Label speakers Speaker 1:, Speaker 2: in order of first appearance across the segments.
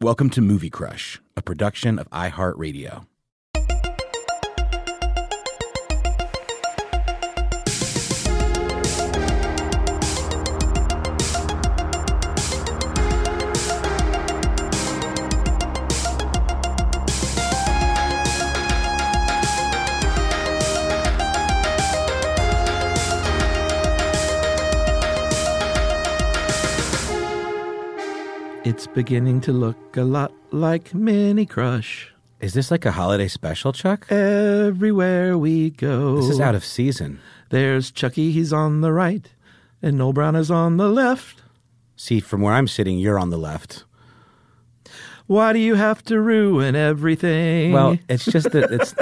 Speaker 1: Welcome to Movie Crush, a production of iHeartRadio.
Speaker 2: It's beginning to look a lot like Mini Crush.
Speaker 1: Is this like a holiday special, Chuck?
Speaker 2: Everywhere we go.
Speaker 1: This is out of season.
Speaker 2: There's Chucky, he's on the right, and Noel Brown is on the left.
Speaker 1: See, from where I'm sitting, you're on the left.
Speaker 2: Why do you have to ruin everything?
Speaker 1: Well, it's just that it's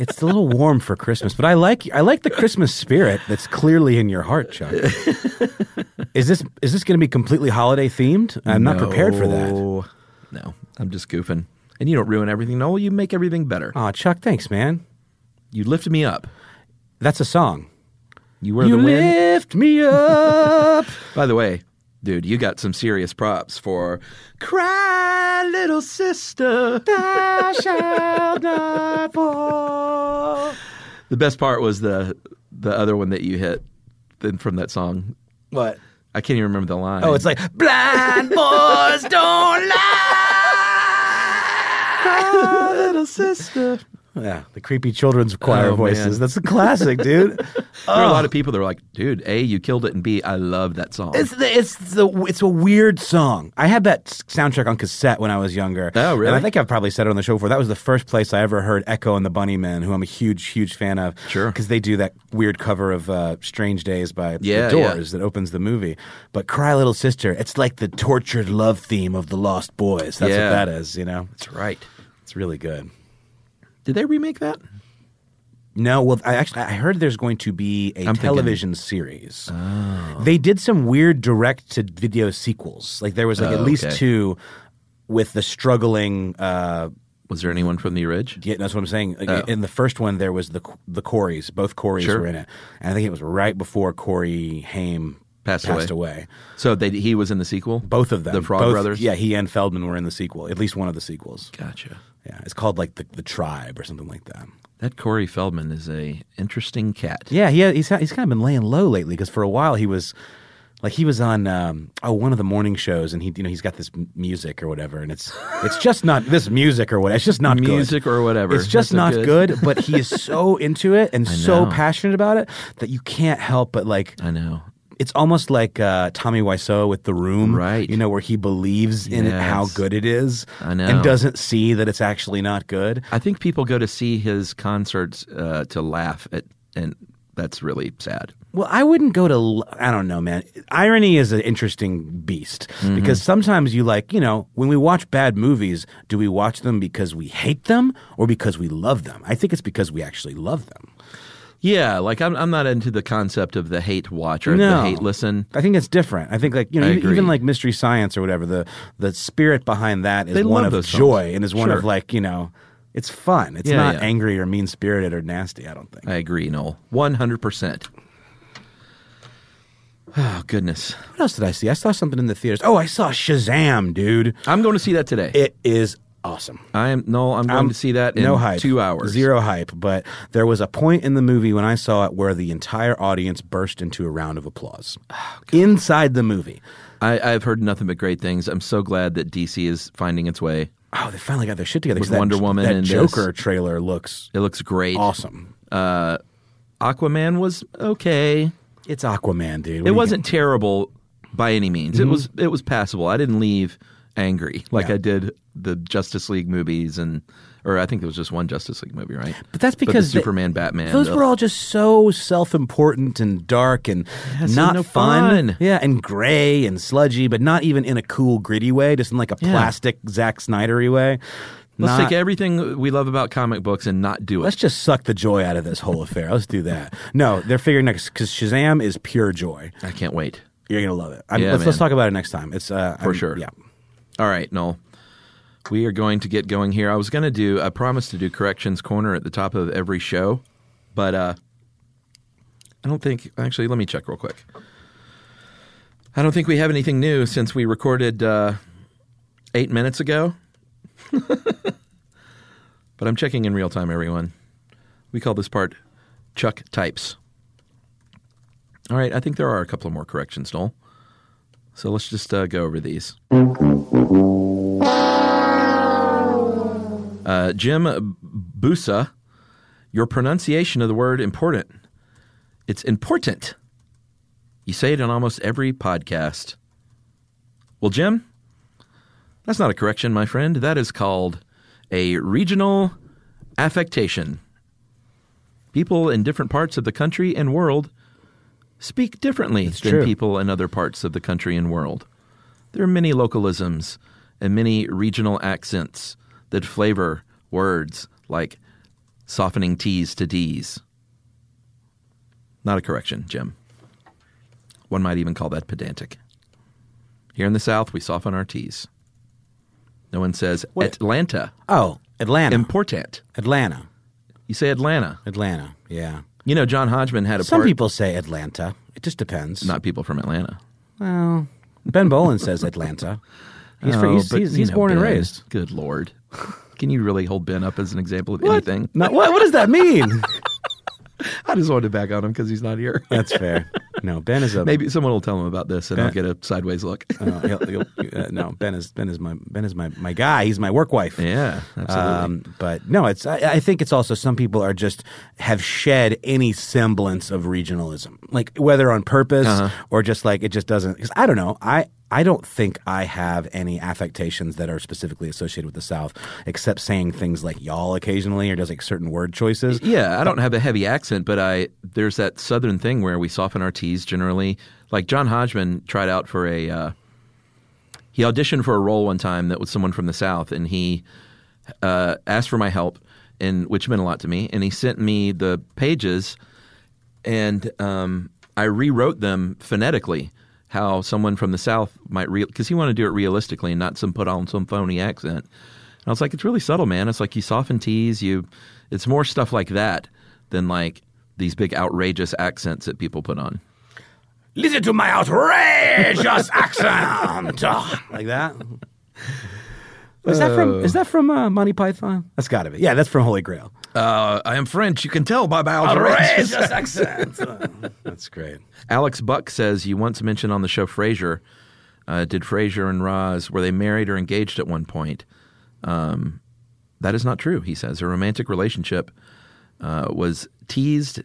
Speaker 1: it's a little warm for Christmas, but I like I like the Christmas spirit that's clearly in your heart, Chuck. is this is this going to be completely holiday themed? I'm not prepared for that.
Speaker 2: No. No, I'm just goofing. And you don't ruin everything, Noel. You make everything better.
Speaker 1: Aw, Chuck, thanks, man.
Speaker 2: You lift me up.
Speaker 1: That's a song.
Speaker 2: You were
Speaker 1: you
Speaker 2: the wind.
Speaker 1: lift me up.
Speaker 2: By the way, dude, you got some serious props for Cry Little Sister.
Speaker 1: I shall not fall.
Speaker 2: The best part was the the other one that you hit then from that song.
Speaker 1: What?
Speaker 2: I can't even remember the line.
Speaker 1: Oh, it's like blind boys don't lie.
Speaker 2: little sister.
Speaker 1: Yeah, the creepy children's choir
Speaker 2: Oh,
Speaker 1: voices.
Speaker 2: man.
Speaker 1: That's a classic, dude.
Speaker 2: There are a lot of people that are like, dude, A, you killed it, and B, I love that song.
Speaker 1: It's the, it's the it's a weird song. I had that s- soundtrack on cassette when I was younger.
Speaker 2: Oh, really?
Speaker 1: And I think I've probably said it on the show before. That was the first place I ever heard Echo and the Bunnymen, who I'm a huge huge fan of.
Speaker 2: Sure.
Speaker 1: because they do that weird cover of uh, "Strange Days" by
Speaker 2: Yeah,
Speaker 1: The Doors that opens the movie. But "Cry Little Sister," it's like the tortured love theme of the Lost Boys. That's
Speaker 2: Yeah.
Speaker 1: what that is. You know, it's,
Speaker 2: That's right.
Speaker 1: it's really good.
Speaker 2: Did they remake that?
Speaker 1: No, well, I actually I heard there's going to be a
Speaker 2: I'm thinking- Oh.
Speaker 1: television series. They did some weird direct to video sequels. Like there was like
Speaker 2: Oh,
Speaker 1: at least
Speaker 2: okay.
Speaker 1: two with the struggling. Uh,
Speaker 2: Was there anyone from the Ridge?
Speaker 1: yeah, that's what I'm saying. Like, In the first one, there was the the Coreys. Both Coreys
Speaker 2: Oh. Sure.
Speaker 1: were in it, and I think it was right before Corey Haim
Speaker 2: Passed away.
Speaker 1: away.
Speaker 2: So they, he was in the sequel?
Speaker 1: Both of them,
Speaker 2: The Frog
Speaker 1: Both-
Speaker 2: Brothers?
Speaker 1: Yeah, he and Feldman were in the sequel. At least one of the sequels.
Speaker 2: Gotcha.
Speaker 1: Yeah, it's called like the the Tribe or something like that.
Speaker 2: That Corey Feldman is a interesting cat.
Speaker 1: Yeah, he, he's he's kind of been laying low lately because for a while he was like he was on um, oh one of the morning shows and he you know he's got this m- music or whatever and it's it's just not this music or whatever it's just not good.
Speaker 2: Music or whatever.
Speaker 1: it's just
Speaker 2: That's a
Speaker 1: not
Speaker 2: good-
Speaker 1: good. but he is so into it and
Speaker 2: I
Speaker 1: so
Speaker 2: know.
Speaker 1: passionate about it that you can't help but like
Speaker 2: I know.
Speaker 1: It's almost like uh, Tommy Wiseau with The Room,
Speaker 2: Right.
Speaker 1: You know, where he believes in it, how
Speaker 2: Yes.
Speaker 1: good it is,
Speaker 2: I know.
Speaker 1: and doesn't see that it's actually not good.
Speaker 2: I think people go to see his concerts uh, to laugh at, and that's really sad.
Speaker 1: Well, I wouldn't go to. l- I don't know, man. Irony is an interesting beast
Speaker 2: Mm-hmm.
Speaker 1: because sometimes you like, you know, when we watch bad movies, do we watch them because we hate them or because we love them? I think it's because we actually love them.
Speaker 2: Yeah, like I'm, I'm not into the concept of the hate watch or the
Speaker 1: No.
Speaker 2: hate listen.
Speaker 1: I think it's different. I think like you know,
Speaker 2: I
Speaker 1: e-
Speaker 2: agree.
Speaker 1: even like Mystery Science or whatever, the the spirit behind that is
Speaker 2: They
Speaker 1: one
Speaker 2: love
Speaker 1: of
Speaker 2: those songs.
Speaker 1: joy and is one
Speaker 2: Sure.
Speaker 1: of like you know, it's fun. It's
Speaker 2: Yeah,
Speaker 1: not
Speaker 2: yeah.
Speaker 1: angry or mean spirited or nasty. I don't think.
Speaker 2: I agree, Noel. 100%. Oh, goodness.
Speaker 1: What else did I see? I saw something in the theaters. Oh, I saw Shazam, dude.
Speaker 2: I'm going to see that today.
Speaker 1: It is awesome.
Speaker 2: I am Noel. I'm going
Speaker 1: I'm-
Speaker 2: to see that in
Speaker 1: no hype,
Speaker 2: two hours.
Speaker 1: Zero hype, but there was a point in the movie when I saw it where the entire audience burst into a round of applause
Speaker 2: Oh,
Speaker 1: inside the movie.
Speaker 2: I, I've heard nothing but great things. I'm so glad that DC is finding its way.
Speaker 1: Oh, they finally got their shit together. 'cause
Speaker 2: With Wonder Woman
Speaker 1: that
Speaker 2: and this.
Speaker 1: Joker trailer looks
Speaker 2: It looks great. Uh,
Speaker 1: awesome.
Speaker 2: Aquaman was okay.
Speaker 1: It's Aquaman, dude. What do
Speaker 2: It
Speaker 1: you Mm-hmm.
Speaker 2: wasn't terrible by any means. It was it was passable. I didn't leave angry like
Speaker 1: Yeah.
Speaker 2: I did the Justice League movies and or I think there was just one Justice League movie, right?
Speaker 1: But that's
Speaker 2: the
Speaker 1: because they-
Speaker 2: Superman, Batman.
Speaker 1: Those
Speaker 2: ugh.
Speaker 1: were all just so self-important and dark and
Speaker 2: it's
Speaker 1: not
Speaker 2: no
Speaker 1: fun.
Speaker 2: fun.
Speaker 1: Yeah, and gray and sludgy, but not even in a cool, gritty way. Just in like a
Speaker 2: Yeah.
Speaker 1: plastic Zack Snydery way.
Speaker 2: Let's
Speaker 1: Not-
Speaker 2: take everything we love about comic books and not do it.
Speaker 1: Let's just suck the joy out of this whole affair. Let's do that. No, they're figuring next because Shazam is pure joy.
Speaker 2: I can't wait.
Speaker 1: You're gonna love it. I'm,
Speaker 2: Yeah,
Speaker 1: let's, let's
Speaker 2: man.
Speaker 1: talk about it next time. It's uh,
Speaker 2: For
Speaker 1: I'm-
Speaker 2: sure.
Speaker 1: Yeah.
Speaker 2: All right, Noel. We are going to get going here. I was going to do, I promised to do Corrections Corner at the top of every show, but uh, I don't think, actually, let me check real quick. I don't think we have anything new since we recorded uh, eight minutes ago, but I'm checking in real time, everyone. We call this part Chuck Types. All right, I think there are a couple of more corrections, Noel. So let's just uh, go over these. Uh, Jim Busa, your pronunciation of the word important. It's important. You say it on almost every podcast. Well, Jim, that's not a correction, my friend. That is called a regional affectation. People in different parts of the country and world speak differently than
Speaker 1: true.
Speaker 2: people in other parts of the country and world. There are many localisms and many regional accents that flavor words like softening T's to D's. Not a correction, Jim. One might even call that pedantic. Here in the South, we soften our T's. No one says Atlanta,
Speaker 1: Oh, Atlanta.
Speaker 2: important.
Speaker 1: Atlanta.
Speaker 2: You say Atlanta.
Speaker 1: Atlanta. Yeah.
Speaker 2: You know, John Hodgman had a
Speaker 1: Some
Speaker 2: part.
Speaker 1: people say Atlanta. It just depends.
Speaker 2: not people from Atlanta.
Speaker 1: Well, Ben Bolin says Atlanta. He's, fr-
Speaker 2: Oh,
Speaker 1: he's,
Speaker 2: but,
Speaker 1: he's,
Speaker 2: you
Speaker 1: he's
Speaker 2: know,
Speaker 1: born and
Speaker 2: Ben,
Speaker 1: raised.
Speaker 2: Good lord, can you really hold Ben up as an example of anything?
Speaker 1: Not, what? What does that mean?
Speaker 2: I just wanted to back on him because he's not here.
Speaker 1: That's fair. No, Ben is a
Speaker 2: Maybe someone will tell him about this, and I'll get a sideways look.
Speaker 1: No, he'll, he'll, uh, no, Ben is Ben is my Ben is my, my guy. He's my work wife.
Speaker 2: yeah, absolutely.
Speaker 1: Um, but no, it's. I, I think it's also some people are just have shed any semblance of regionalism, like whether on purpose or just like it just doesn't. Because I don't know. I I don't think I have any affectations that are specifically associated with the South, except saying things like y'all occasionally or just like certain word choices.
Speaker 2: Yeah, I don't have a heavy accent, but I there's that southern thing where we soften our T's generally. Like John Hodgman tried out for a uh, he auditioned for a role one time that was someone from the south, and he uh, asked for my help, and which meant a lot to me. And he sent me the pages, and um, I rewrote them phonetically. How someone from the south might read because he wanted to do it realistically and not some put on some phony accent. And I was like, it's really subtle, man. It's like you soften T's, you. It's more stuff like that than like these big outrageous accents that people put on.
Speaker 1: Listen to my outrageous accent, like that. Is that from? Is that from uh, Monty Python? That's got to be. Yeah, that's from Holy Grail.
Speaker 2: Uh, I am French. You can tell by my outrageous.
Speaker 1: accent. that's great.
Speaker 2: Alex Buck says you once mentioned on the show Frasier. Uh, did Frasier and Roz were they married or engaged at one point? Um, that is not true. He says a romantic relationship uh, was teased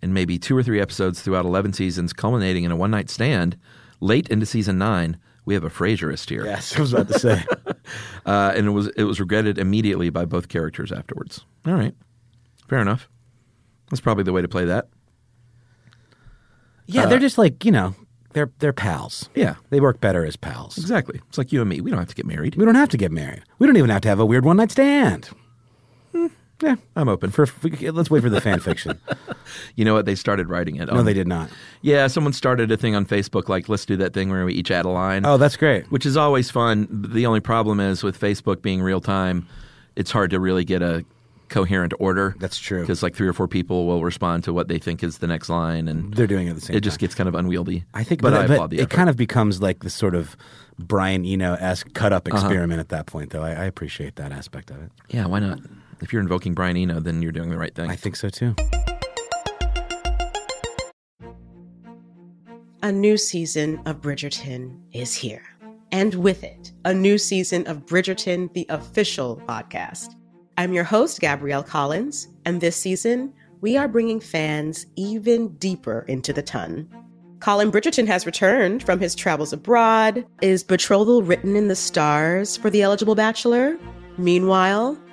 Speaker 2: in maybe two or three episodes throughout 11 seasons, culminating in a one night stand. Late into season nine, we have a Frasierist here.
Speaker 1: Yes, I was about to say.
Speaker 2: Uh, and it was, it was regretted immediately by both characters afterwards. All right. Fair enough. That's probably the way to play that.
Speaker 1: Yeah, they're just like you know, they're they're pals.
Speaker 2: Uh, Yeah.
Speaker 1: they work better as pals.
Speaker 2: Exactly. It's like you and me. We don't have to get married.
Speaker 1: We don't have to get married. We don't even have to have a weird one night stand.
Speaker 2: Yeah, I'm open.
Speaker 1: For we- let's wait for the fan fiction.
Speaker 2: You know what? They started writing it.
Speaker 1: No,
Speaker 2: Um,
Speaker 1: they did not.
Speaker 2: Yeah, someone started a thing on Facebook like, let's do that thing where we each add a line.
Speaker 1: Oh, that's great.
Speaker 2: which is always fun. The only problem is with Facebook being real time, it's hard to really get a coherent order.
Speaker 1: That's true.
Speaker 2: Because like three or four people will respond to what they think is the next line, and
Speaker 1: They're doing it at the same.
Speaker 2: it just
Speaker 1: time.
Speaker 2: gets kind of unwieldy.
Speaker 1: I think,
Speaker 2: but,
Speaker 1: but,
Speaker 2: I
Speaker 1: but
Speaker 2: applaud the
Speaker 1: it
Speaker 2: effort.
Speaker 1: kind of becomes like this sort of Brian Eno esque cut
Speaker 2: Uh-huh.
Speaker 1: up experiment at that point, though. I, I appreciate that aspect of it.
Speaker 2: yeah, why not? If you're invoking Brian Eno, then you're doing the right thing.
Speaker 1: I think so too.
Speaker 3: A new season of Bridgerton is here. And with it, a new season of Bridgerton, the official podcast. I'm your host, Gabrielle Collins, and this season, we are bringing fans even deeper into the ton. Colin Bridgerton has returned from his travels abroad. Is betrothal written in the stars for the eligible bachelor? Meanwhile,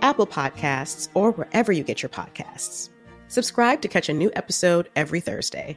Speaker 3: Apple Podcasts, or wherever you get your podcasts. Subscribe to catch a new episode every Thursday.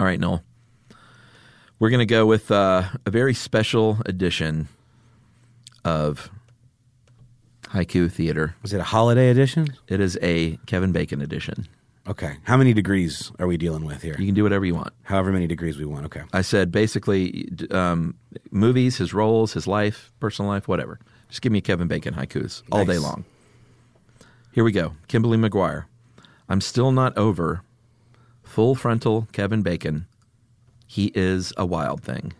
Speaker 2: All right, Noel. We're going to go with uh, a very special edition of Haiku Theater.
Speaker 1: Was it a holiday edition?
Speaker 2: It is a Kevin Bacon edition.
Speaker 1: Okay. How many degrees are we dealing with here?
Speaker 2: You can do whatever you want.
Speaker 1: However many degrees we want. Okay.
Speaker 2: I said basically d- um, movies, his roles, his life, personal life, whatever. Just give me Kevin Bacon haikus all day
Speaker 1: Nice.
Speaker 2: long. Here we go. Kimberly McGuire. I'm still not over full frontal Kevin Bacon. He is a wild thing.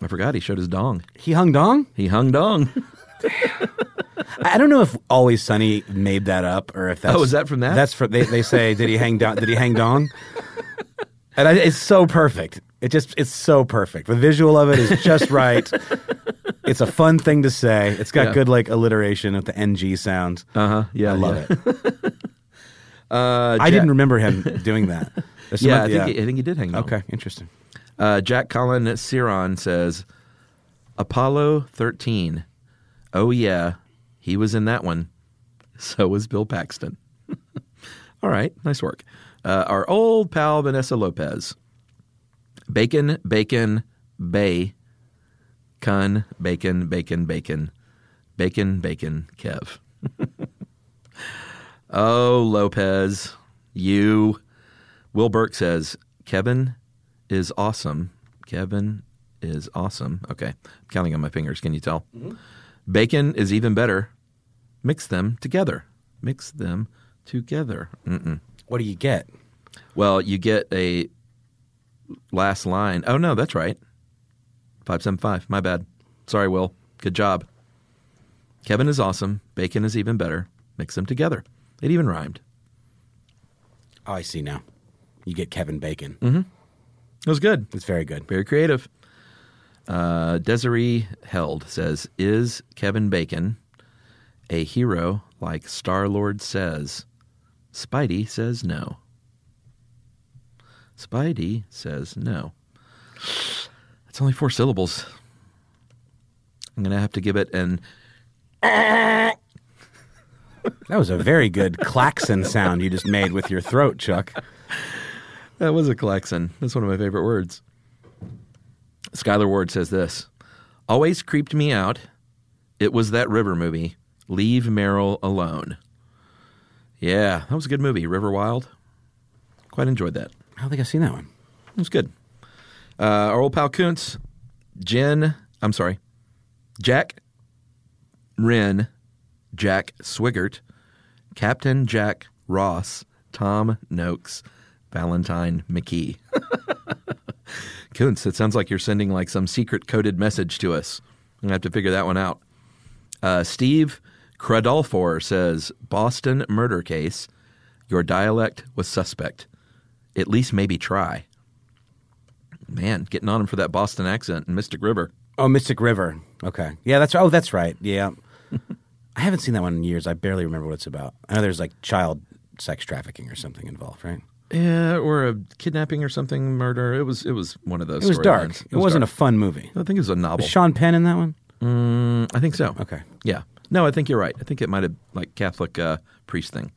Speaker 2: I forgot he showed his dong.
Speaker 1: He hung dong.
Speaker 2: He hung dong.
Speaker 1: I I don't know if Always Sunny made that up or if that's
Speaker 2: Oh, is that from that?
Speaker 1: That's from they, they say did he hang dong? Did he hang dong? And I, it's so perfect. It just it's so perfect. The visual of it is just right. it's a fun thing to say. It's got
Speaker 2: Yeah.
Speaker 1: good like alliteration with the ng sound.
Speaker 2: Uh huh. Yeah.
Speaker 1: Uh-huh. I love
Speaker 2: yeah.
Speaker 1: it.
Speaker 2: Uh,
Speaker 1: I
Speaker 2: Jack-
Speaker 1: didn't remember him doing that. There's some
Speaker 2: Yeah, I
Speaker 1: other-
Speaker 2: think, He, I think he did hang dong.
Speaker 1: okay, interesting.
Speaker 2: Uh, Jack Colin Ciron says, Apollo 13. Oh, yeah. He was in that one. So was Bill Paxton. All right. Nice work. Uh, our old pal, Vanessa Lopez. Bacon, bacon, bay. Cun, bacon, bacon, bacon. Bacon, bacon, Kev. Oh, Lopez, you. Will Burke says, Kevin is awesome. Kevin is awesome. Okay. I'm counting on my fingers. Can you tell? Bacon is even better. Mix them together. Mix them together. Mm-mm.
Speaker 1: What do you get?
Speaker 2: Well, you get a last line. Oh, no, that's right. 575. My bad. Sorry, Will. Good job. Kevin is awesome. Bacon is even better. Mix them together. It even rhymed.
Speaker 1: Oh, I see now. You get Kevin Bacon.
Speaker 2: Mm-hmm. It was good.
Speaker 1: It's very good.
Speaker 2: Very creative. Uh, Desiree Held says, "Is Kevin Bacon a hero like Star Lord says?" Spidey says no. Spidey says no. It's only four syllables. I'm gonna have to give it an.
Speaker 1: That was a very good klaxon sound you just made with your throat, Chuck.
Speaker 2: That was a klaxon. That's one of my favorite words. Skylar Ward says this Always creeped me out. It was that River movie. Leave Meryl alone. Yeah, that was a good movie. River Wild. Quite enjoyed that.
Speaker 1: I don't think I've seen that one.
Speaker 2: It was good. Uh, our old pal Kuntz, Jen, I'm sorry, Jack Wren, Jack Swigert, Captain Jack Ross, Tom Noakes, Valentine McKee. Kuntz, it sounds like you're sending like some secret coded message to us. I'm going to have to figure that one out. Uh, Steve Cradolfor says Boston murder case. Your dialect was suspect. At least maybe try. Man, getting on him for that Boston accent and Mystic River.
Speaker 1: Oh, Mystic River. Okay. Yeah, that's oh, that's right. Yeah. I haven't seen that one in years. I barely remember what it's about. I know there's like child sex trafficking or something involved, right?
Speaker 2: Yeah, or a kidnapping or something, murder. It was it was one of those.
Speaker 1: It was dark.
Speaker 2: storylines.
Speaker 1: It, wasn't
Speaker 2: dark.
Speaker 1: a fun movie.
Speaker 2: I think it was a novel. Mm,
Speaker 1: Was Sean Penn in that one?
Speaker 2: I think so.
Speaker 1: Okay.
Speaker 2: Yeah. No, I think you're right. I think it might have like Catholic uh, priest thing,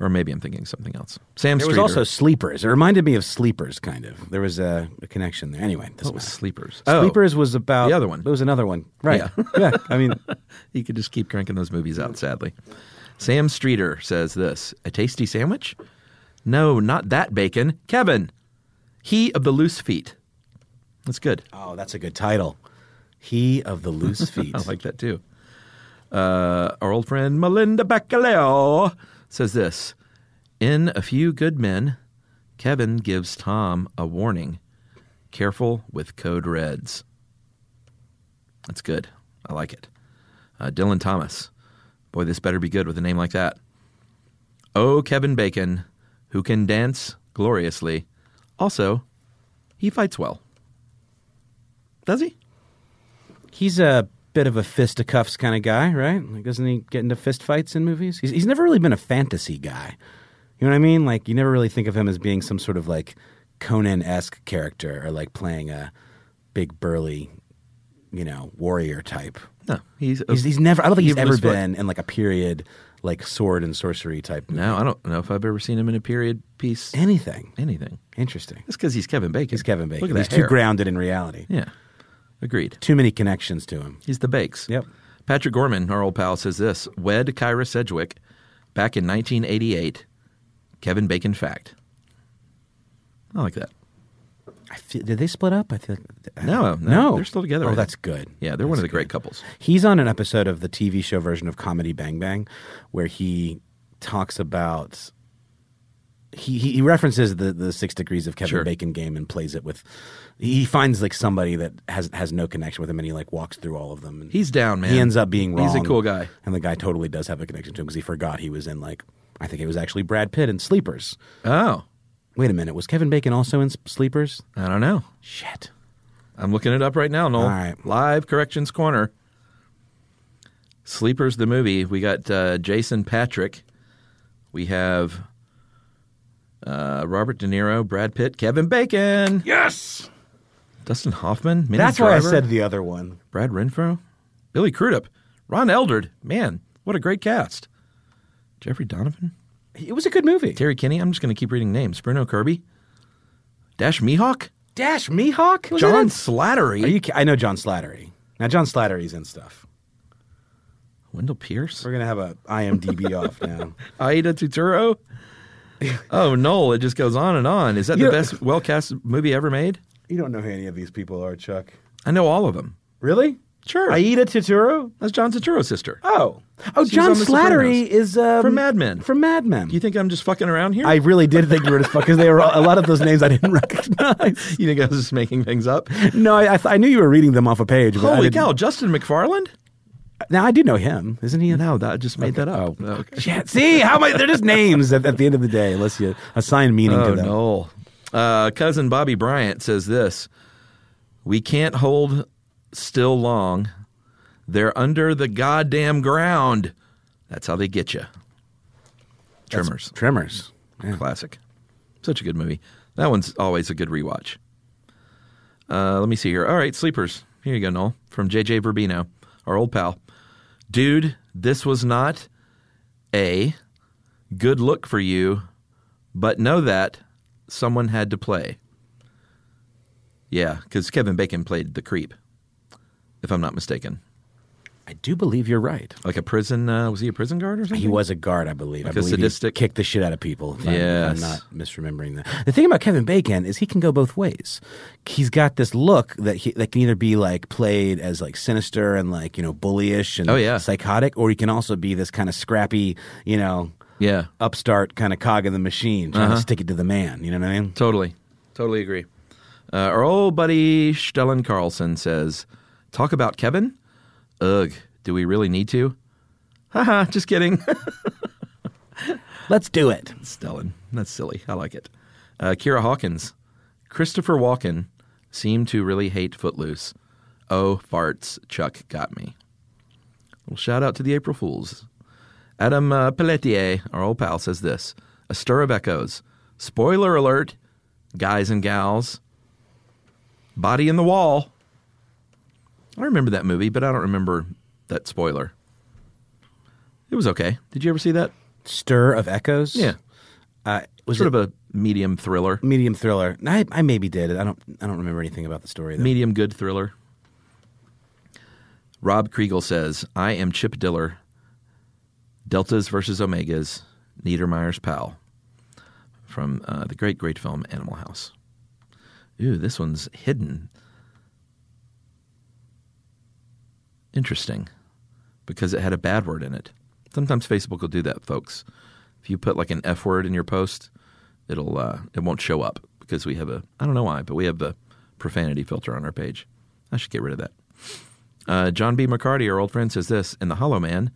Speaker 2: or maybe I'm thinking something else. Sam
Speaker 1: There was
Speaker 2: Streeter.
Speaker 1: also Sleepers. It reminded me of Sleepers, kind of. There was a, a connection there. Anyway, doesn't
Speaker 2: what was
Speaker 1: matter.
Speaker 2: Sleepers?
Speaker 1: Oh.
Speaker 2: Oh.
Speaker 1: Sleepers was about
Speaker 2: the other one.
Speaker 1: It was another one, right?
Speaker 2: Yeah.
Speaker 1: yeah. I mean,
Speaker 2: You could just keep cranking those movies out. Sadly, Sam Streeter says this: a tasty sandwich? No, not that bacon, Kevin. He of the loose feet. That's good.
Speaker 1: oh, that's a good title. He of the loose feet.
Speaker 2: I like that too. Uh, our old friend Melinda Bacaleo says this In A Few Good Men, Kevin gives Tom a warning careful with code reds. That's good. I like it. Uh, Dylan Thomas. Boy, this better be good with a name like that. Oh, Kevin Bacon, who can dance gloriously. Also, he fights well. Does he?
Speaker 1: He's a bit of a fisticuffs kind of guy, right? Like, doesn't he get into fist fights in movies? He's, he's never really been a fantasy guy. You know what I mean? Like, you never really think of him as being some sort of like Conan esque character or like playing a big burly, you know, warrior type.
Speaker 2: No. He's, a-
Speaker 1: He's, he's never. I don't think he's
Speaker 2: Even
Speaker 1: ever
Speaker 2: his foot.
Speaker 1: been in like a period like sword and sorcery type.
Speaker 2: No, I don't know if I've ever seen him in a period piece.
Speaker 1: Anything
Speaker 2: Anything.
Speaker 1: interesting?
Speaker 2: That's because he's Kevin Bacon.
Speaker 1: He's Kevin Bacon.
Speaker 2: Look at
Speaker 1: he's
Speaker 2: that
Speaker 1: too
Speaker 2: hair.
Speaker 1: grounded in reality.
Speaker 2: Yeah, agreed.
Speaker 1: Too many connections to him.
Speaker 2: He's the Bakes.
Speaker 1: Yep.
Speaker 2: Patrick Gorman, our old pal, says this: wed Kyra Sedgwick back in 1988. Kevin Bacon fact. I like that.
Speaker 1: I feel, did they split up? I feel like,
Speaker 2: No, no,
Speaker 1: Uh, no,
Speaker 2: they're still together,
Speaker 1: Oh,
Speaker 2: I
Speaker 1: that's
Speaker 2: think.
Speaker 1: good.
Speaker 2: Yeah, they're one of
Speaker 1: That's
Speaker 2: the great
Speaker 1: good.
Speaker 2: couples.
Speaker 1: He's on an episode of the TV show version of Comedy Bang Bang, where he talks about he he he references the the six degrees of Kevin
Speaker 2: Sure.
Speaker 1: Bacon game and plays it with. He finds like somebody that has has no connection with him, and he like walks through all of them. And
Speaker 2: He's down, man.
Speaker 1: He ends up being wrong.
Speaker 2: He's a cool guy.
Speaker 1: and the guy totally does have a connection to him because he forgot he was in like I think it was actually Brad Pitt in Sleepers.
Speaker 2: Oh,
Speaker 1: Wait a minute, was Kevin Bacon also in S- Sleepers?
Speaker 2: I don't know.
Speaker 1: Shit.
Speaker 2: I'm looking it up right now, Noel.
Speaker 1: All right.
Speaker 2: Live corrections corner. Sleepers the movie. We got uh, Jason Patrick. We have uh, Robert De Niro, Brad Pitt, Kevin Bacon. Yes. Dustin Hoffman. Minnie
Speaker 1: That's why I
Speaker 2: Driver,
Speaker 1: said the other one.
Speaker 2: Brad Renfro, Billy Crudup, Ron Eldred. Man, what a great cast. Jeffrey Donovan,
Speaker 1: It was a good movie.
Speaker 2: Terry Kinney. I'm just going to keep reading names. Bruno Kirby, Dash Mihawk,
Speaker 1: Dash Mihawk? Was
Speaker 2: John
Speaker 1: that
Speaker 2: Slattery.
Speaker 1: it? Are you ki- I know John Slattery. Now John Slattery's in stuff.
Speaker 2: Wendell Pierce?
Speaker 1: We're gonna have a IMDb off now.
Speaker 2: Aida Tuturo? oh, Noel, it just goes on and on. Is that
Speaker 1: You
Speaker 2: the
Speaker 1: know-
Speaker 2: best well cast movie ever made?
Speaker 1: You don't know who any of these people are, Chuck.
Speaker 2: I know all of them.
Speaker 1: Really?
Speaker 2: Sure.
Speaker 1: Aida Totoro?
Speaker 2: That's John Turturro's sister.
Speaker 1: Oh, oh,
Speaker 2: She was
Speaker 1: John
Speaker 2: on The
Speaker 1: Slattery
Speaker 2: Sopranos.
Speaker 1: is um,
Speaker 2: From Mad Men.
Speaker 1: From Mad Men.
Speaker 2: You think I'm just fucking around here?
Speaker 1: I really did think you were just because they were all, a lot of those names I didn't recognize.
Speaker 2: you think I was just making things up?
Speaker 1: No, I, I, th- I knew you were reading them off a page. But I
Speaker 2: Holy
Speaker 1: didn't-
Speaker 2: cow, Justin McFarland?
Speaker 1: Now I do know him, isn't he?
Speaker 2: No, that I just made that up.
Speaker 1: Oh.
Speaker 2: Okay.
Speaker 1: Shit. See how my they're just names at, at the end of the day, unless you assign meaning
Speaker 2: Oh,
Speaker 1: to them.
Speaker 2: no. Uh, cousin Bobby Bryant says this We can't hold still long. They're under the goddamn ground. That's how they get you. Tremors.
Speaker 1: Tremors.
Speaker 2: Classic. Such a good movie. That one's always a good rewatch. Uh, let me see here. All right, Sleepers. Here you go, Noel, from JJ Verbino, our old pal. Dude, this was not a good look for you, but know that someone had to play. Yeah, because Kevin Bacon played the creep, if I'm not mistaken.
Speaker 1: I do believe you're right.
Speaker 2: Like a prison, uh, was he a prison guard or something?
Speaker 1: He was a guard, I believe. I
Speaker 2: Like a
Speaker 1: believe
Speaker 2: sadistic-
Speaker 1: he kicked the shit out of people. If
Speaker 2: Yes.
Speaker 1: I'm, if I'm not misremembering that. The thing about Kevin Bacon is he can go both ways. He's got this look that he that can either be like played as like sinister and like you know bullyish and
Speaker 2: Oh, yeah.
Speaker 1: psychotic, or he can also be this kind of scrappy, you know,
Speaker 2: Yeah.
Speaker 1: upstart kind of cog in the machine trying
Speaker 2: Uh-huh.
Speaker 1: to stick it to the man. You know what I mean?
Speaker 2: Totally. Totally agree. Uh, our old buddy Stellan Carlson says, Talk about Kevin? Ugh, do we really need to? Haha, just kidding.
Speaker 1: Let's do it.
Speaker 2: Stellan, that's silly. I like it. Uh, Kira Hawkins, Christopher Walken seemed to really hate Footloose. Oh, farts, Chuck got me. Well, shout out to the April Fools. Adam uh, Pelletier, our old pal, says this A stir of echoes. Spoiler alert, guys and gals. Body in the wall. I remember that movie, but I don't remember that spoiler. It was okay. Did you ever see that?
Speaker 1: Stir of Echoes.
Speaker 2: Yeah.
Speaker 1: Uh, was
Speaker 2: Sort
Speaker 1: it
Speaker 2: of a medium thriller,
Speaker 1: medium thriller? I, I maybe did. I don't. I don't remember anything about the story. Though.
Speaker 2: medium good thriller. Rob Kriegel says, I am Chip Diller, Deltas versus Omegas, Niedermeyer's pal, from uh, the great, great film Animal House. Ooh, this one's hidden. Interesting, because it had a bad word in it. Sometimes Facebook will do that, folks. If you put like an F word in your post, it'll uh, it won't show up because we have a I don't know why, but we have a profanity filter on our page. I should get rid of that. Uh, John B. McCarty, our old friend, says this in The Hollow Man.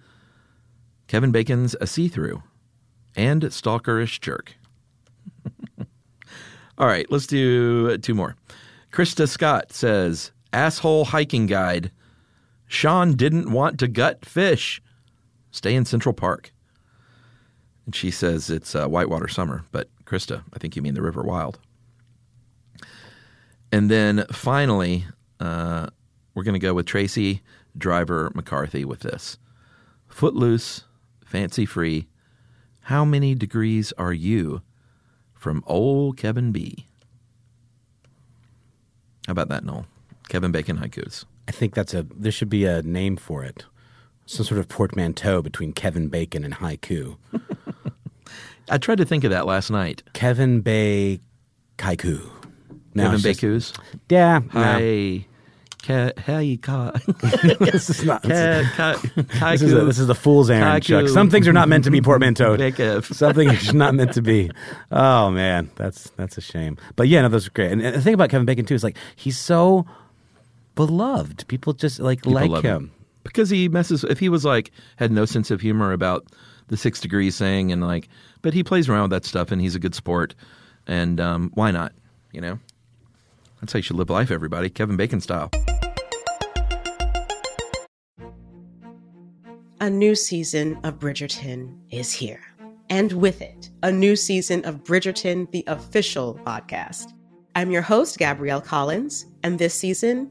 Speaker 2: Kevin Bacon's a see-through and stalkerish jerk. All right, let's do two more. Krista Scott says, "Asshole hiking guide." Sean didn't want to gut fish. Stay in Central Park. And she says it's uh, whitewater summer, but Krista, I think you mean the River Wild. And then finally, uh, we're going to go with Tracy Driver McCarthy with this Footloose, Fancy Free. How many degrees are you from old Kevin B? How about that, Noel? Kevin Bacon haikus.
Speaker 1: I think that's a there should be a name for it. Some sort of portmanteau between Kevin Bacon and haiku.
Speaker 2: I tried to think of that last night.
Speaker 1: Kevin Bay Kaiku. No,
Speaker 2: Kevin
Speaker 1: it's just-
Speaker 2: Bakus.
Speaker 1: Yeah. no.
Speaker 2: Hi. Ka- hey, ka-
Speaker 1: this is not. This is,
Speaker 2: ka- ka-
Speaker 1: this is a, this is a fool's errand,
Speaker 2: Haiku.
Speaker 1: Chuck. Some things are not meant to be portmanteaued.
Speaker 2: Backus.
Speaker 1: Something is not meant to be. Oh man, that's that's a shame. But yeah, no, those are great. And, and the thing about Kevin Bacon too is like he's so beloved. People just like
Speaker 2: People
Speaker 1: like
Speaker 2: love
Speaker 1: him.
Speaker 2: because he messes. If he was like had no sense of humor about the six degrees thing and like, but he plays around with that stuff and he's a good sport. And um, why not? You know, that's how you should live life, everybody. Kevin Bacon style.
Speaker 3: A new season of Bridgerton is here. And with it, a new season of Bridgerton, the official podcast. I'm your host, Gabrielle Collins, and this season,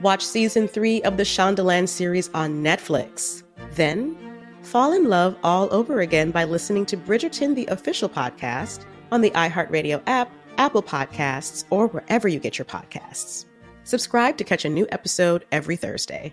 Speaker 3: Watch season three of the Shondaland series on Netflix. Then, fall in love all over again by listening to Bridgerton, the official podcast, on the iHeartRadio app, Apple Podcasts, or wherever you get your podcasts. Subscribe to catch a new episode every Thursday.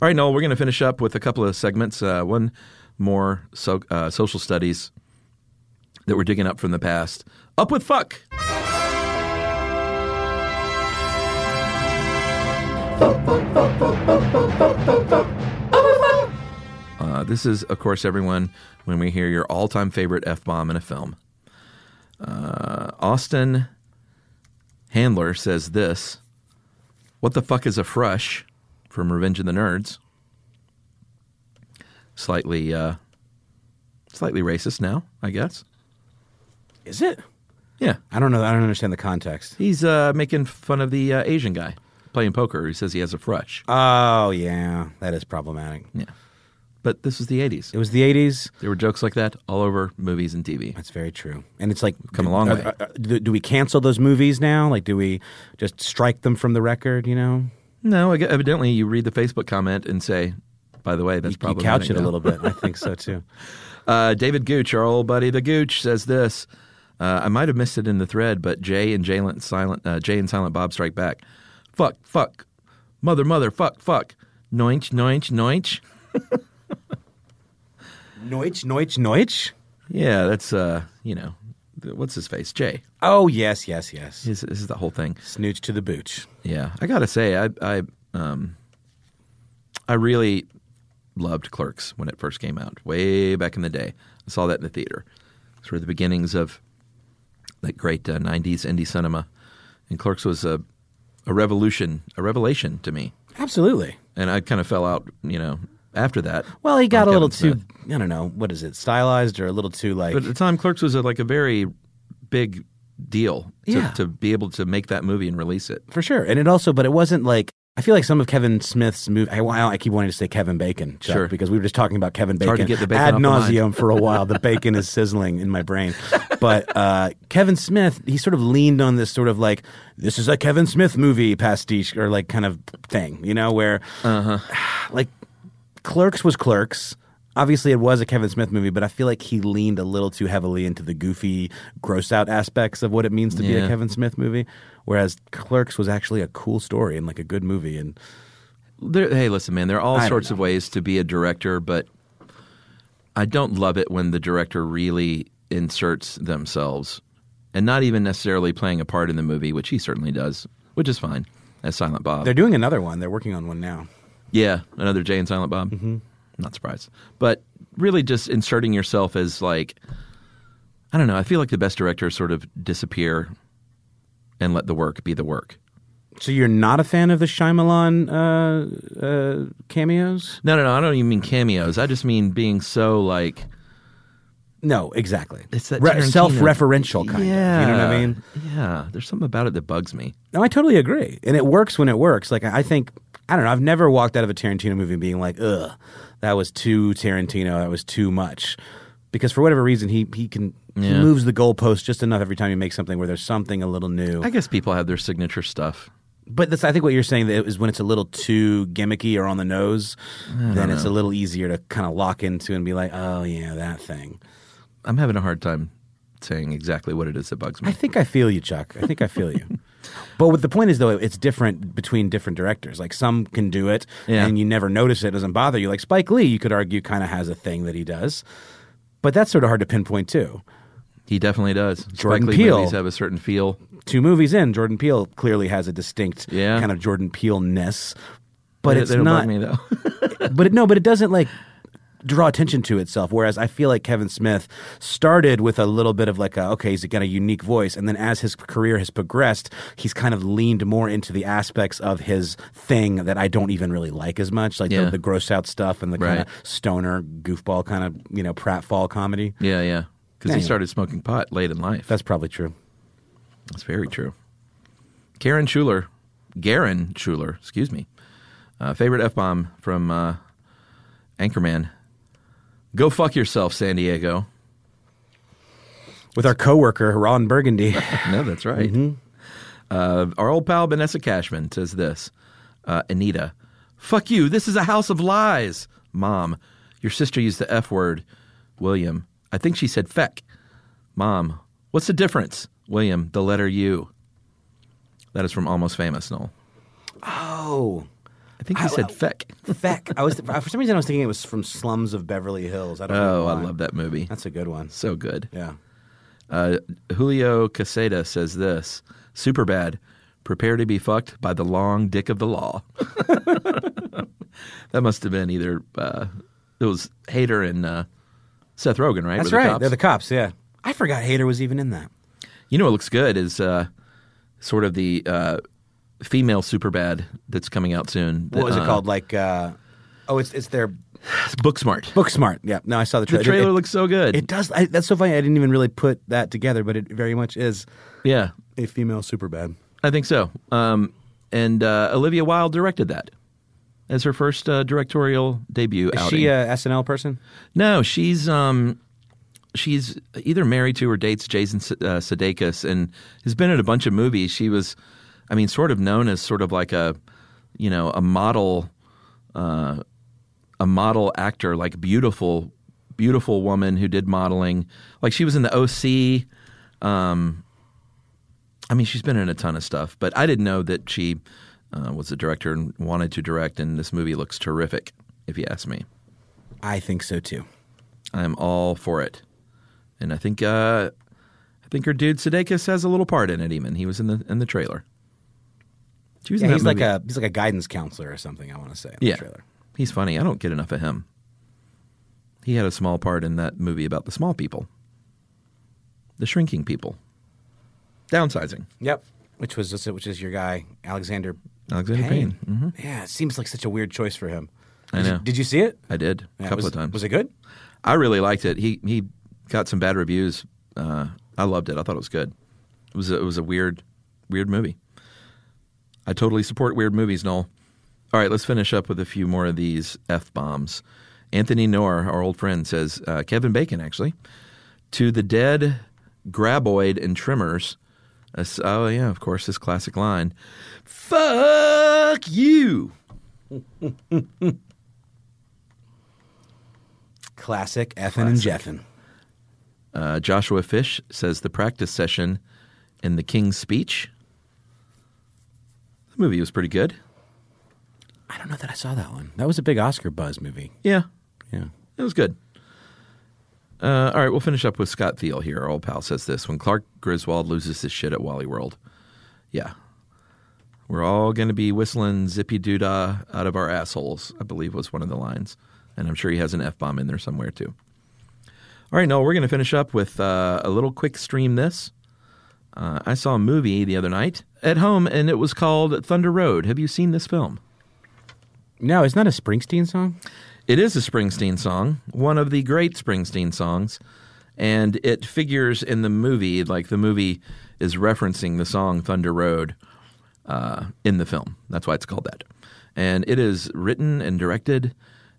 Speaker 2: All right, Noel, we're going to finish up with a couple of segments. Uh, one more so, uh, social studies that we're digging up from the past. Up with fuck. Uh, this is, of course, everyone when we hear your all time favorite F bomb in a film. Uh, Austin Handler says this What the fuck is a frush from Revenge of the Nerds? Slightly, uh, slightly racist now, I guess.
Speaker 1: Is it?
Speaker 2: Yeah.
Speaker 1: I don't know. I don't understand the context.
Speaker 2: He's uh, making fun of the uh, Asian guy playing poker who says he has a frush.
Speaker 1: Oh yeah, that is problematic.
Speaker 2: Yeah. But this was the 80s.
Speaker 1: It was the '80s.
Speaker 2: There were jokes like that all over movies and TV.
Speaker 1: That's very true. And it's like
Speaker 2: come a long
Speaker 1: are-
Speaker 2: way.
Speaker 1: are- are- do, do we cancel those movies now? Like, do we just strike them from the record? You know,
Speaker 2: No, eg- evidently you read the Facebook comment and say, by the way, that's
Speaker 1: you
Speaker 2: probably
Speaker 1: couch it a little bit. I think so too.
Speaker 2: Uh, David Gooch, our old buddy, the Gooch, says this. Uh, I might have missed it in the thread, but Jay and Jalen Silent, uh, Jay and Silent Bob strike back. Fuck, fuck, mother, mother, fuck, fuck, noinch, noinch, noinch.
Speaker 1: Noich, noich, noich.
Speaker 2: Yeah, that's uh, you know, th- what's his face, Jay.
Speaker 1: Oh yes, yes, yes.
Speaker 2: This this is the whole thing.
Speaker 1: Snooch to the booch.
Speaker 2: Yeah, I gotta say, I I um, I really loved Clerks when it first came out, way back in the day. I saw that in the theater. Sort of the beginnings of that great uh, '90s indie cinema, and Clerks was a a revolution, a revelation to me.
Speaker 1: Absolutely.
Speaker 2: And I kind of fell out, you know, after that.
Speaker 1: Well, he got
Speaker 2: on
Speaker 1: a little
Speaker 2: Kevin
Speaker 1: too.
Speaker 2: Smith.
Speaker 1: I don't know what is it, stylized or a little too like.
Speaker 2: But at the time, Clerks was a, like a very big deal to,
Speaker 1: Yeah.
Speaker 2: to be able to make that movie and release it.
Speaker 1: for sure. And it also, but it wasn't like I feel like some of Kevin Smith's move. I, I keep wanting to say Kevin Bacon, Chuck,
Speaker 2: Sure.
Speaker 1: because we were just talking about Kevin Bacon,
Speaker 2: hard to get the bacon
Speaker 1: ad
Speaker 2: off the mind.
Speaker 1: nauseum for a while. The bacon is sizzling in my brain. But uh, Kevin Smith, he sort of leaned on this sort of like this is a Kevin Smith movie pastiche or like kind of thing, you know, where
Speaker 2: Uh-huh.
Speaker 1: like Clerks was Clerks. Obviously, it was a Kevin Smith movie, but I feel like he leaned a little too heavily into the goofy, gross out aspects of what it means to be a
Speaker 2: Yeah.
Speaker 1: Kevin Smith movie. Whereas Clerks was actually a cool story and like a good movie. And
Speaker 2: There, hey, listen, man, there are all
Speaker 1: don't
Speaker 2: sorts of ways to be a director, but I don't love it when the director really inserts themselves and not even necessarily playing a part in the movie, which he certainly does, which is fine as Silent Bob.
Speaker 1: they're doing another one. They're working on one now.
Speaker 2: yeah, another Jay and Silent Bob. Mm-hmm. Not surprised. But really just inserting yourself as like, I don't know, I feel like the best directors sort of disappear and let the work be the work.
Speaker 1: So you're not a fan of the Shyamalan uh, uh, cameos?
Speaker 2: No, no, no. I don't even mean cameos. I just mean being so like
Speaker 1: No, exactly.
Speaker 2: it's that
Speaker 1: Re-
Speaker 2: Tarantino-
Speaker 1: self-referential kind
Speaker 2: yeah.
Speaker 1: of. You know what I mean?
Speaker 2: Yeah, there's something about it that bugs me.
Speaker 1: No, I totally agree, and it works when it works. Like I I think I don't know. I've never walked out of a Tarantino movie being like, "Ugh, that was too Tarantino. That was too much," because for whatever reason, he he can he moves the goalpost just enough every time he makes something where there's something a little new.
Speaker 2: I guess people have their signature stuff.
Speaker 1: But that's, I think what you're saying that is when it's a little too gimmicky or on the nose, then it's a little easier to kind of lock into and be like, oh yeah, that thing.
Speaker 2: I'm having a hard time saying exactly what it is that bugs me.
Speaker 1: I think I feel you, Chuck. I think I feel you. But what the point is though, it's different between different directors. Like some can do it
Speaker 2: Yeah.
Speaker 1: and you never notice it, it doesn't bother you. Like Spike Lee, you could argue, kind of has a thing that he does. But that's sort of hard to pinpoint too.
Speaker 2: he definitely does.
Speaker 1: Jordan
Speaker 2: Spike Lee
Speaker 1: Peele.
Speaker 2: movies have a certain feel.
Speaker 1: Two movies in, Jordan Peele clearly has a distinct
Speaker 2: Yeah.
Speaker 1: kind of Jordan Peele ness. But
Speaker 2: They-
Speaker 1: it's
Speaker 2: they don't
Speaker 1: not
Speaker 2: bug me though.
Speaker 1: but it, no, but it doesn't like draw attention to itself. Whereas I feel like Kevin Smith started with a little bit of like, a, okay, he's got a unique voice, and then as his career has progressed, he's kind of leaned more into the aspects of his thing that I don't even really like as much, like
Speaker 2: Yeah.
Speaker 1: the, the gross out stuff and the kind
Speaker 2: Right.
Speaker 1: of stoner goofball kind of you know pratfall comedy.
Speaker 2: yeah, yeah. Because
Speaker 1: Anyway.
Speaker 2: he started smoking pot late in life.
Speaker 1: That's probably true.
Speaker 2: That's very true. Karen Schuler, Garen Schuler, excuse me. Uh, favorite F bomb from uh, Anchorman. Go fuck yourself, San Diego.
Speaker 1: With our coworker Ron Burgundy.
Speaker 2: No, that's right. Uh, our old pal Vanessa Cashman says this uh, Anita, fuck you. This is a house of lies. Mom, your sister used the F word. William, I think she said feck. Mom, what's the difference? William, the letter U. That is from Almost Famous, Noel.
Speaker 1: oh.
Speaker 2: I think he said feck.
Speaker 1: Feck. I was for some reason I was thinking it was from Slums of Beverly Hills. I don't know
Speaker 2: Oh, I
Speaker 1: why.
Speaker 2: love that movie.
Speaker 1: That's a good one.
Speaker 2: so good.
Speaker 1: Yeah.
Speaker 2: Uh, Julio Caseta says this super bad. Prepare to be fucked by the long dick of the law. that must have been either uh, it was Hader and uh, Seth Rogen, right?
Speaker 1: That's
Speaker 2: Were the
Speaker 1: right.
Speaker 2: cops?
Speaker 1: They're the cops. Yeah, I forgot Hader was even in that.
Speaker 2: you know what looks good is uh, sort of the uh, female super bad that's coming out soon.
Speaker 1: What was it
Speaker 2: Uh,
Speaker 1: called? Like, uh, oh, it's it's their
Speaker 2: Booksmart.
Speaker 1: book smart. Yeah, no, I saw the
Speaker 2: the
Speaker 1: trailer.
Speaker 2: trailer
Speaker 1: it,
Speaker 2: looks so good.
Speaker 1: It does. I, that's so funny. I didn't even really put that together, but it very much is
Speaker 2: yeah,
Speaker 1: a female super bad.
Speaker 2: I think so. Um, and uh, Olivia Wilde directed that as her first uh, directorial debut.
Speaker 1: Is
Speaker 2: outing.
Speaker 1: she a SNL person?
Speaker 2: No, she's um, she's either married to or dates Jason S- uh, Sudeikis, and has been in a bunch of movies. She was, I mean, sort of known as sort of like a, you know, a model, uh, a model actor, like beautiful, beautiful woman who did modeling. Like she was in the OC. Um, I mean, she's been in a ton of stuff, but I didn't know that she uh, was a director and wanted to direct. And this movie looks terrific, if you ask me.
Speaker 1: I think so too.
Speaker 2: I'm all for it. And I think uh, I think her dude Sudeikis has a little part in it. Even he was in the in the trailer. She was
Speaker 1: Yeah,
Speaker 2: in that
Speaker 1: he's like
Speaker 2: movie.
Speaker 1: a he's like a guidance counselor or something. I want to say. In
Speaker 2: yeah.
Speaker 1: The trailer.
Speaker 2: He's funny. I don't get enough of him. He had a small part in that movie about the small people, the shrinking people, downsizing.
Speaker 1: Yep. Which was which is your guy Alexander Mm-hmm.
Speaker 2: Alexander Payne. Mm,
Speaker 1: Yeah, it seems like such a weird choice for him.
Speaker 2: I
Speaker 1: Did you-
Speaker 2: know.
Speaker 1: Did you see it?
Speaker 2: I did a
Speaker 1: Yeah,
Speaker 2: couple
Speaker 1: was-
Speaker 2: of times.
Speaker 1: Was it good?
Speaker 2: I really liked it. He he got some bad reviews. Uh, I loved it. I thought it was good. It was a, it was a weird weird movie. I totally support weird movies, Noel. All right, let's finish up with a few more of these f bombs. Anthony Noor, our old friend, says uh, Kevin Bacon actually to the dead graboid and trimmers. uh, s- oh yeah, of course, this classic line. Fuck you.
Speaker 1: Classic Effin and Jeffin.
Speaker 2: Uh, Joshua Fish says the practice session in the King's Speech. The movie was pretty good.
Speaker 1: I don't know that I saw that one. That was a big Oscar buzz movie.
Speaker 2: Yeah,
Speaker 1: Yeah.
Speaker 2: it was good. Uh, all right, we'll finish up with Scott Thiel here. Our old pal says this when Clark Griswold loses his shit at Wally World. Yeah. We're all going to be whistling zippy doodah out of our assholes, I believe was one of the lines. And I'm sure he has an F bomb in there somewhere, too. All right, Noel, we're going to finish up with uh, a little quick stream this. Uh, I saw a movie the other night at home, and it was called Thunder Road. Have you seen this film?
Speaker 1: No, it's not a Springsteen song.
Speaker 2: It is a Springsteen song, one of the great Springsteen songs, and it figures in the movie. Like the movie is referencing the song Thunder Road uh, in the film. That's why it's called that. And it is written and directed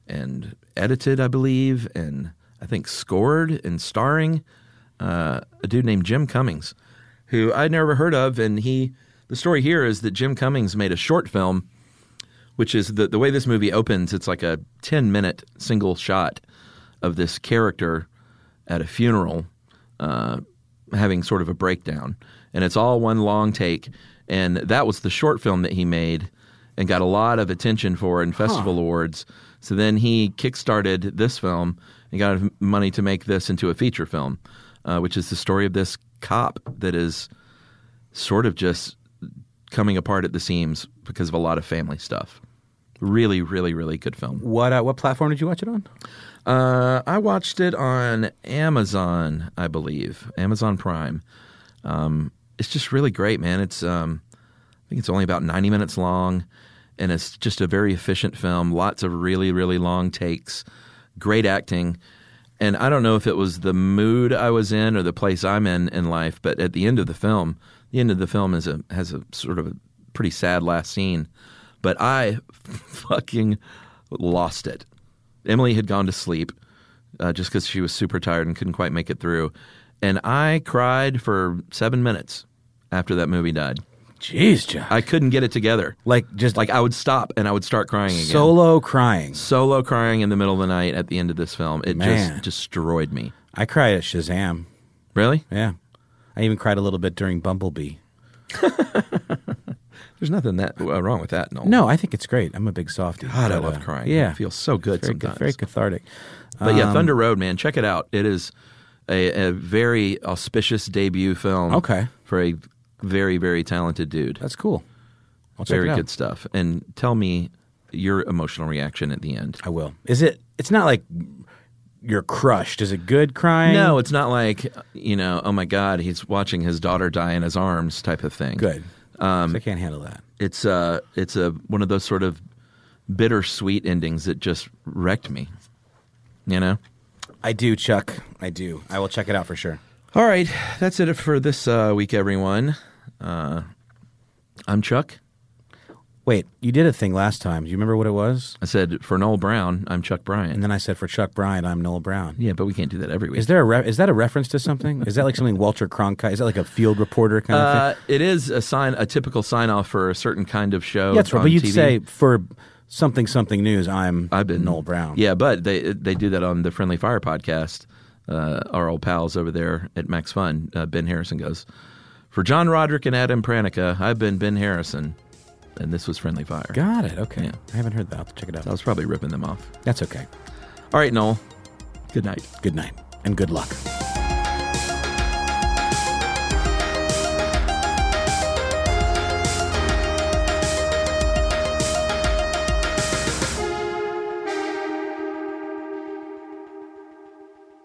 Speaker 2: and edited, I believe, and I think scored and starring uh, a dude named Jim Cummings, who I'd never heard of. And he, the story here is that Jim Cummings made a short film which is the the way this movie opens. It's like a ten minute single shot of this character at a funeral, uh, having sort of a breakdown, and it's all one long take. And that was the short film that he made, and got a lot of attention for in festival awards. So then he kickstarted this film and got money to make this into a feature film, uh, which is the story of this cop that is sort of just coming apart at the seams because of a lot of family stuff. Really, really, really good film.
Speaker 1: What uh, what platform did you watch it on?
Speaker 2: Uh, I watched it on Amazon, I believe, Amazon Prime. Um, it's just really great, man. It's um, I think it's only about ninety minutes long, and it's just a very efficient film. Lots of really, really long takes. Great acting. And I don't know if it was the mood I was in or the place I'm in in life, but at the end of the film, the end of the film is a has a sort of a pretty sad last scene. But I fucking lost it. Emily had gone to sleep uh, just because she was super tired and couldn't quite make it through, and I cried for seven minutes after that movie died.
Speaker 1: Jeez, John.
Speaker 2: I couldn't get it together.
Speaker 1: like just
Speaker 2: Like I would stop and I would start crying again.
Speaker 1: Uh, solo crying.
Speaker 2: Solo crying in the middle of the night at the end of this film. It
Speaker 1: Man.
Speaker 2: just destroyed me.
Speaker 1: I cried at Shazam.
Speaker 2: Really?
Speaker 1: Yeah, I even cried a little bit during Bumblebee.
Speaker 2: There's nothing that uh, wrong with that. No.
Speaker 1: No, I think it's great. I'm a big softie.
Speaker 2: God, I
Speaker 1: But,
Speaker 2: love
Speaker 1: uh,
Speaker 2: crying.
Speaker 1: Yeah,
Speaker 2: It feels so good
Speaker 1: very,
Speaker 2: sometimes.
Speaker 1: Very Um, cathartic.
Speaker 2: But yeah, Thunder Road, man, check it out. It is a, a very auspicious debut film.
Speaker 1: Okay.
Speaker 2: For a very very talented dude.
Speaker 1: That's cool. I'll check
Speaker 2: very
Speaker 1: it out.
Speaker 2: good stuff. And tell me your emotional reaction at the end.
Speaker 1: I will. Is it? It's not like you're crushed. Is it good crying?
Speaker 2: No, it's not like you know, oh my God, he's watching his daughter die in his arms type of thing.
Speaker 1: good. Um, I can't handle that.
Speaker 2: It's uh it's a one of those sort of bittersweet endings that just wrecked me. You know?
Speaker 1: I do, Chuck. I do. I will check it out for sure.
Speaker 2: All right, that's it for this uh, week, everyone. Uh, I'm Chuck.
Speaker 1: Wait, you did a thing last time. Do you remember what it was?
Speaker 2: I said for Noel Brown, I'm Chuck Bryan.
Speaker 1: And then I said for Chuck Bryant, I'm Noel Brown.
Speaker 2: yeah, but we can't do that every week.
Speaker 1: Is there a re- is that a reference to something? Is that like something Walter Cronkite? Is that like a field reporter kind of
Speaker 2: uh, it is a sign, a typical sign off for a certain kind of show.
Speaker 1: thing? Yeah, that's right.
Speaker 2: on
Speaker 1: But you'd
Speaker 2: TV.
Speaker 1: say for something something news, I'm
Speaker 2: I've been
Speaker 1: Noel Brown.
Speaker 2: Yeah, but they they do that on the Friendly Fire podcast. Uh, our old pals over there at Max Fun, uh, Ben Harrison goes for John Roderick and Adam Pranica. I've been Ben Harrison, and this was Friendly Fire.
Speaker 1: got it. Okay,
Speaker 2: Yeah. Oh.
Speaker 1: I haven't heard that. I'll have to check it
Speaker 2: I
Speaker 1: out.
Speaker 2: was probably ripping them off.
Speaker 1: That's okay.
Speaker 2: All right, Noel. Good night.
Speaker 1: Good night and good luck.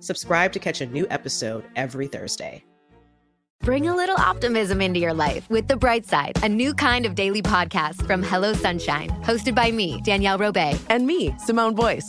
Speaker 3: Subscribe to catch a new episode every Thursday.
Speaker 4: Bring a little optimism into your life with The Bright Side, a new kind of daily podcast from Hello Sunshine, hosted by me, Danielle Robay.
Speaker 5: And me, Simone Boyce.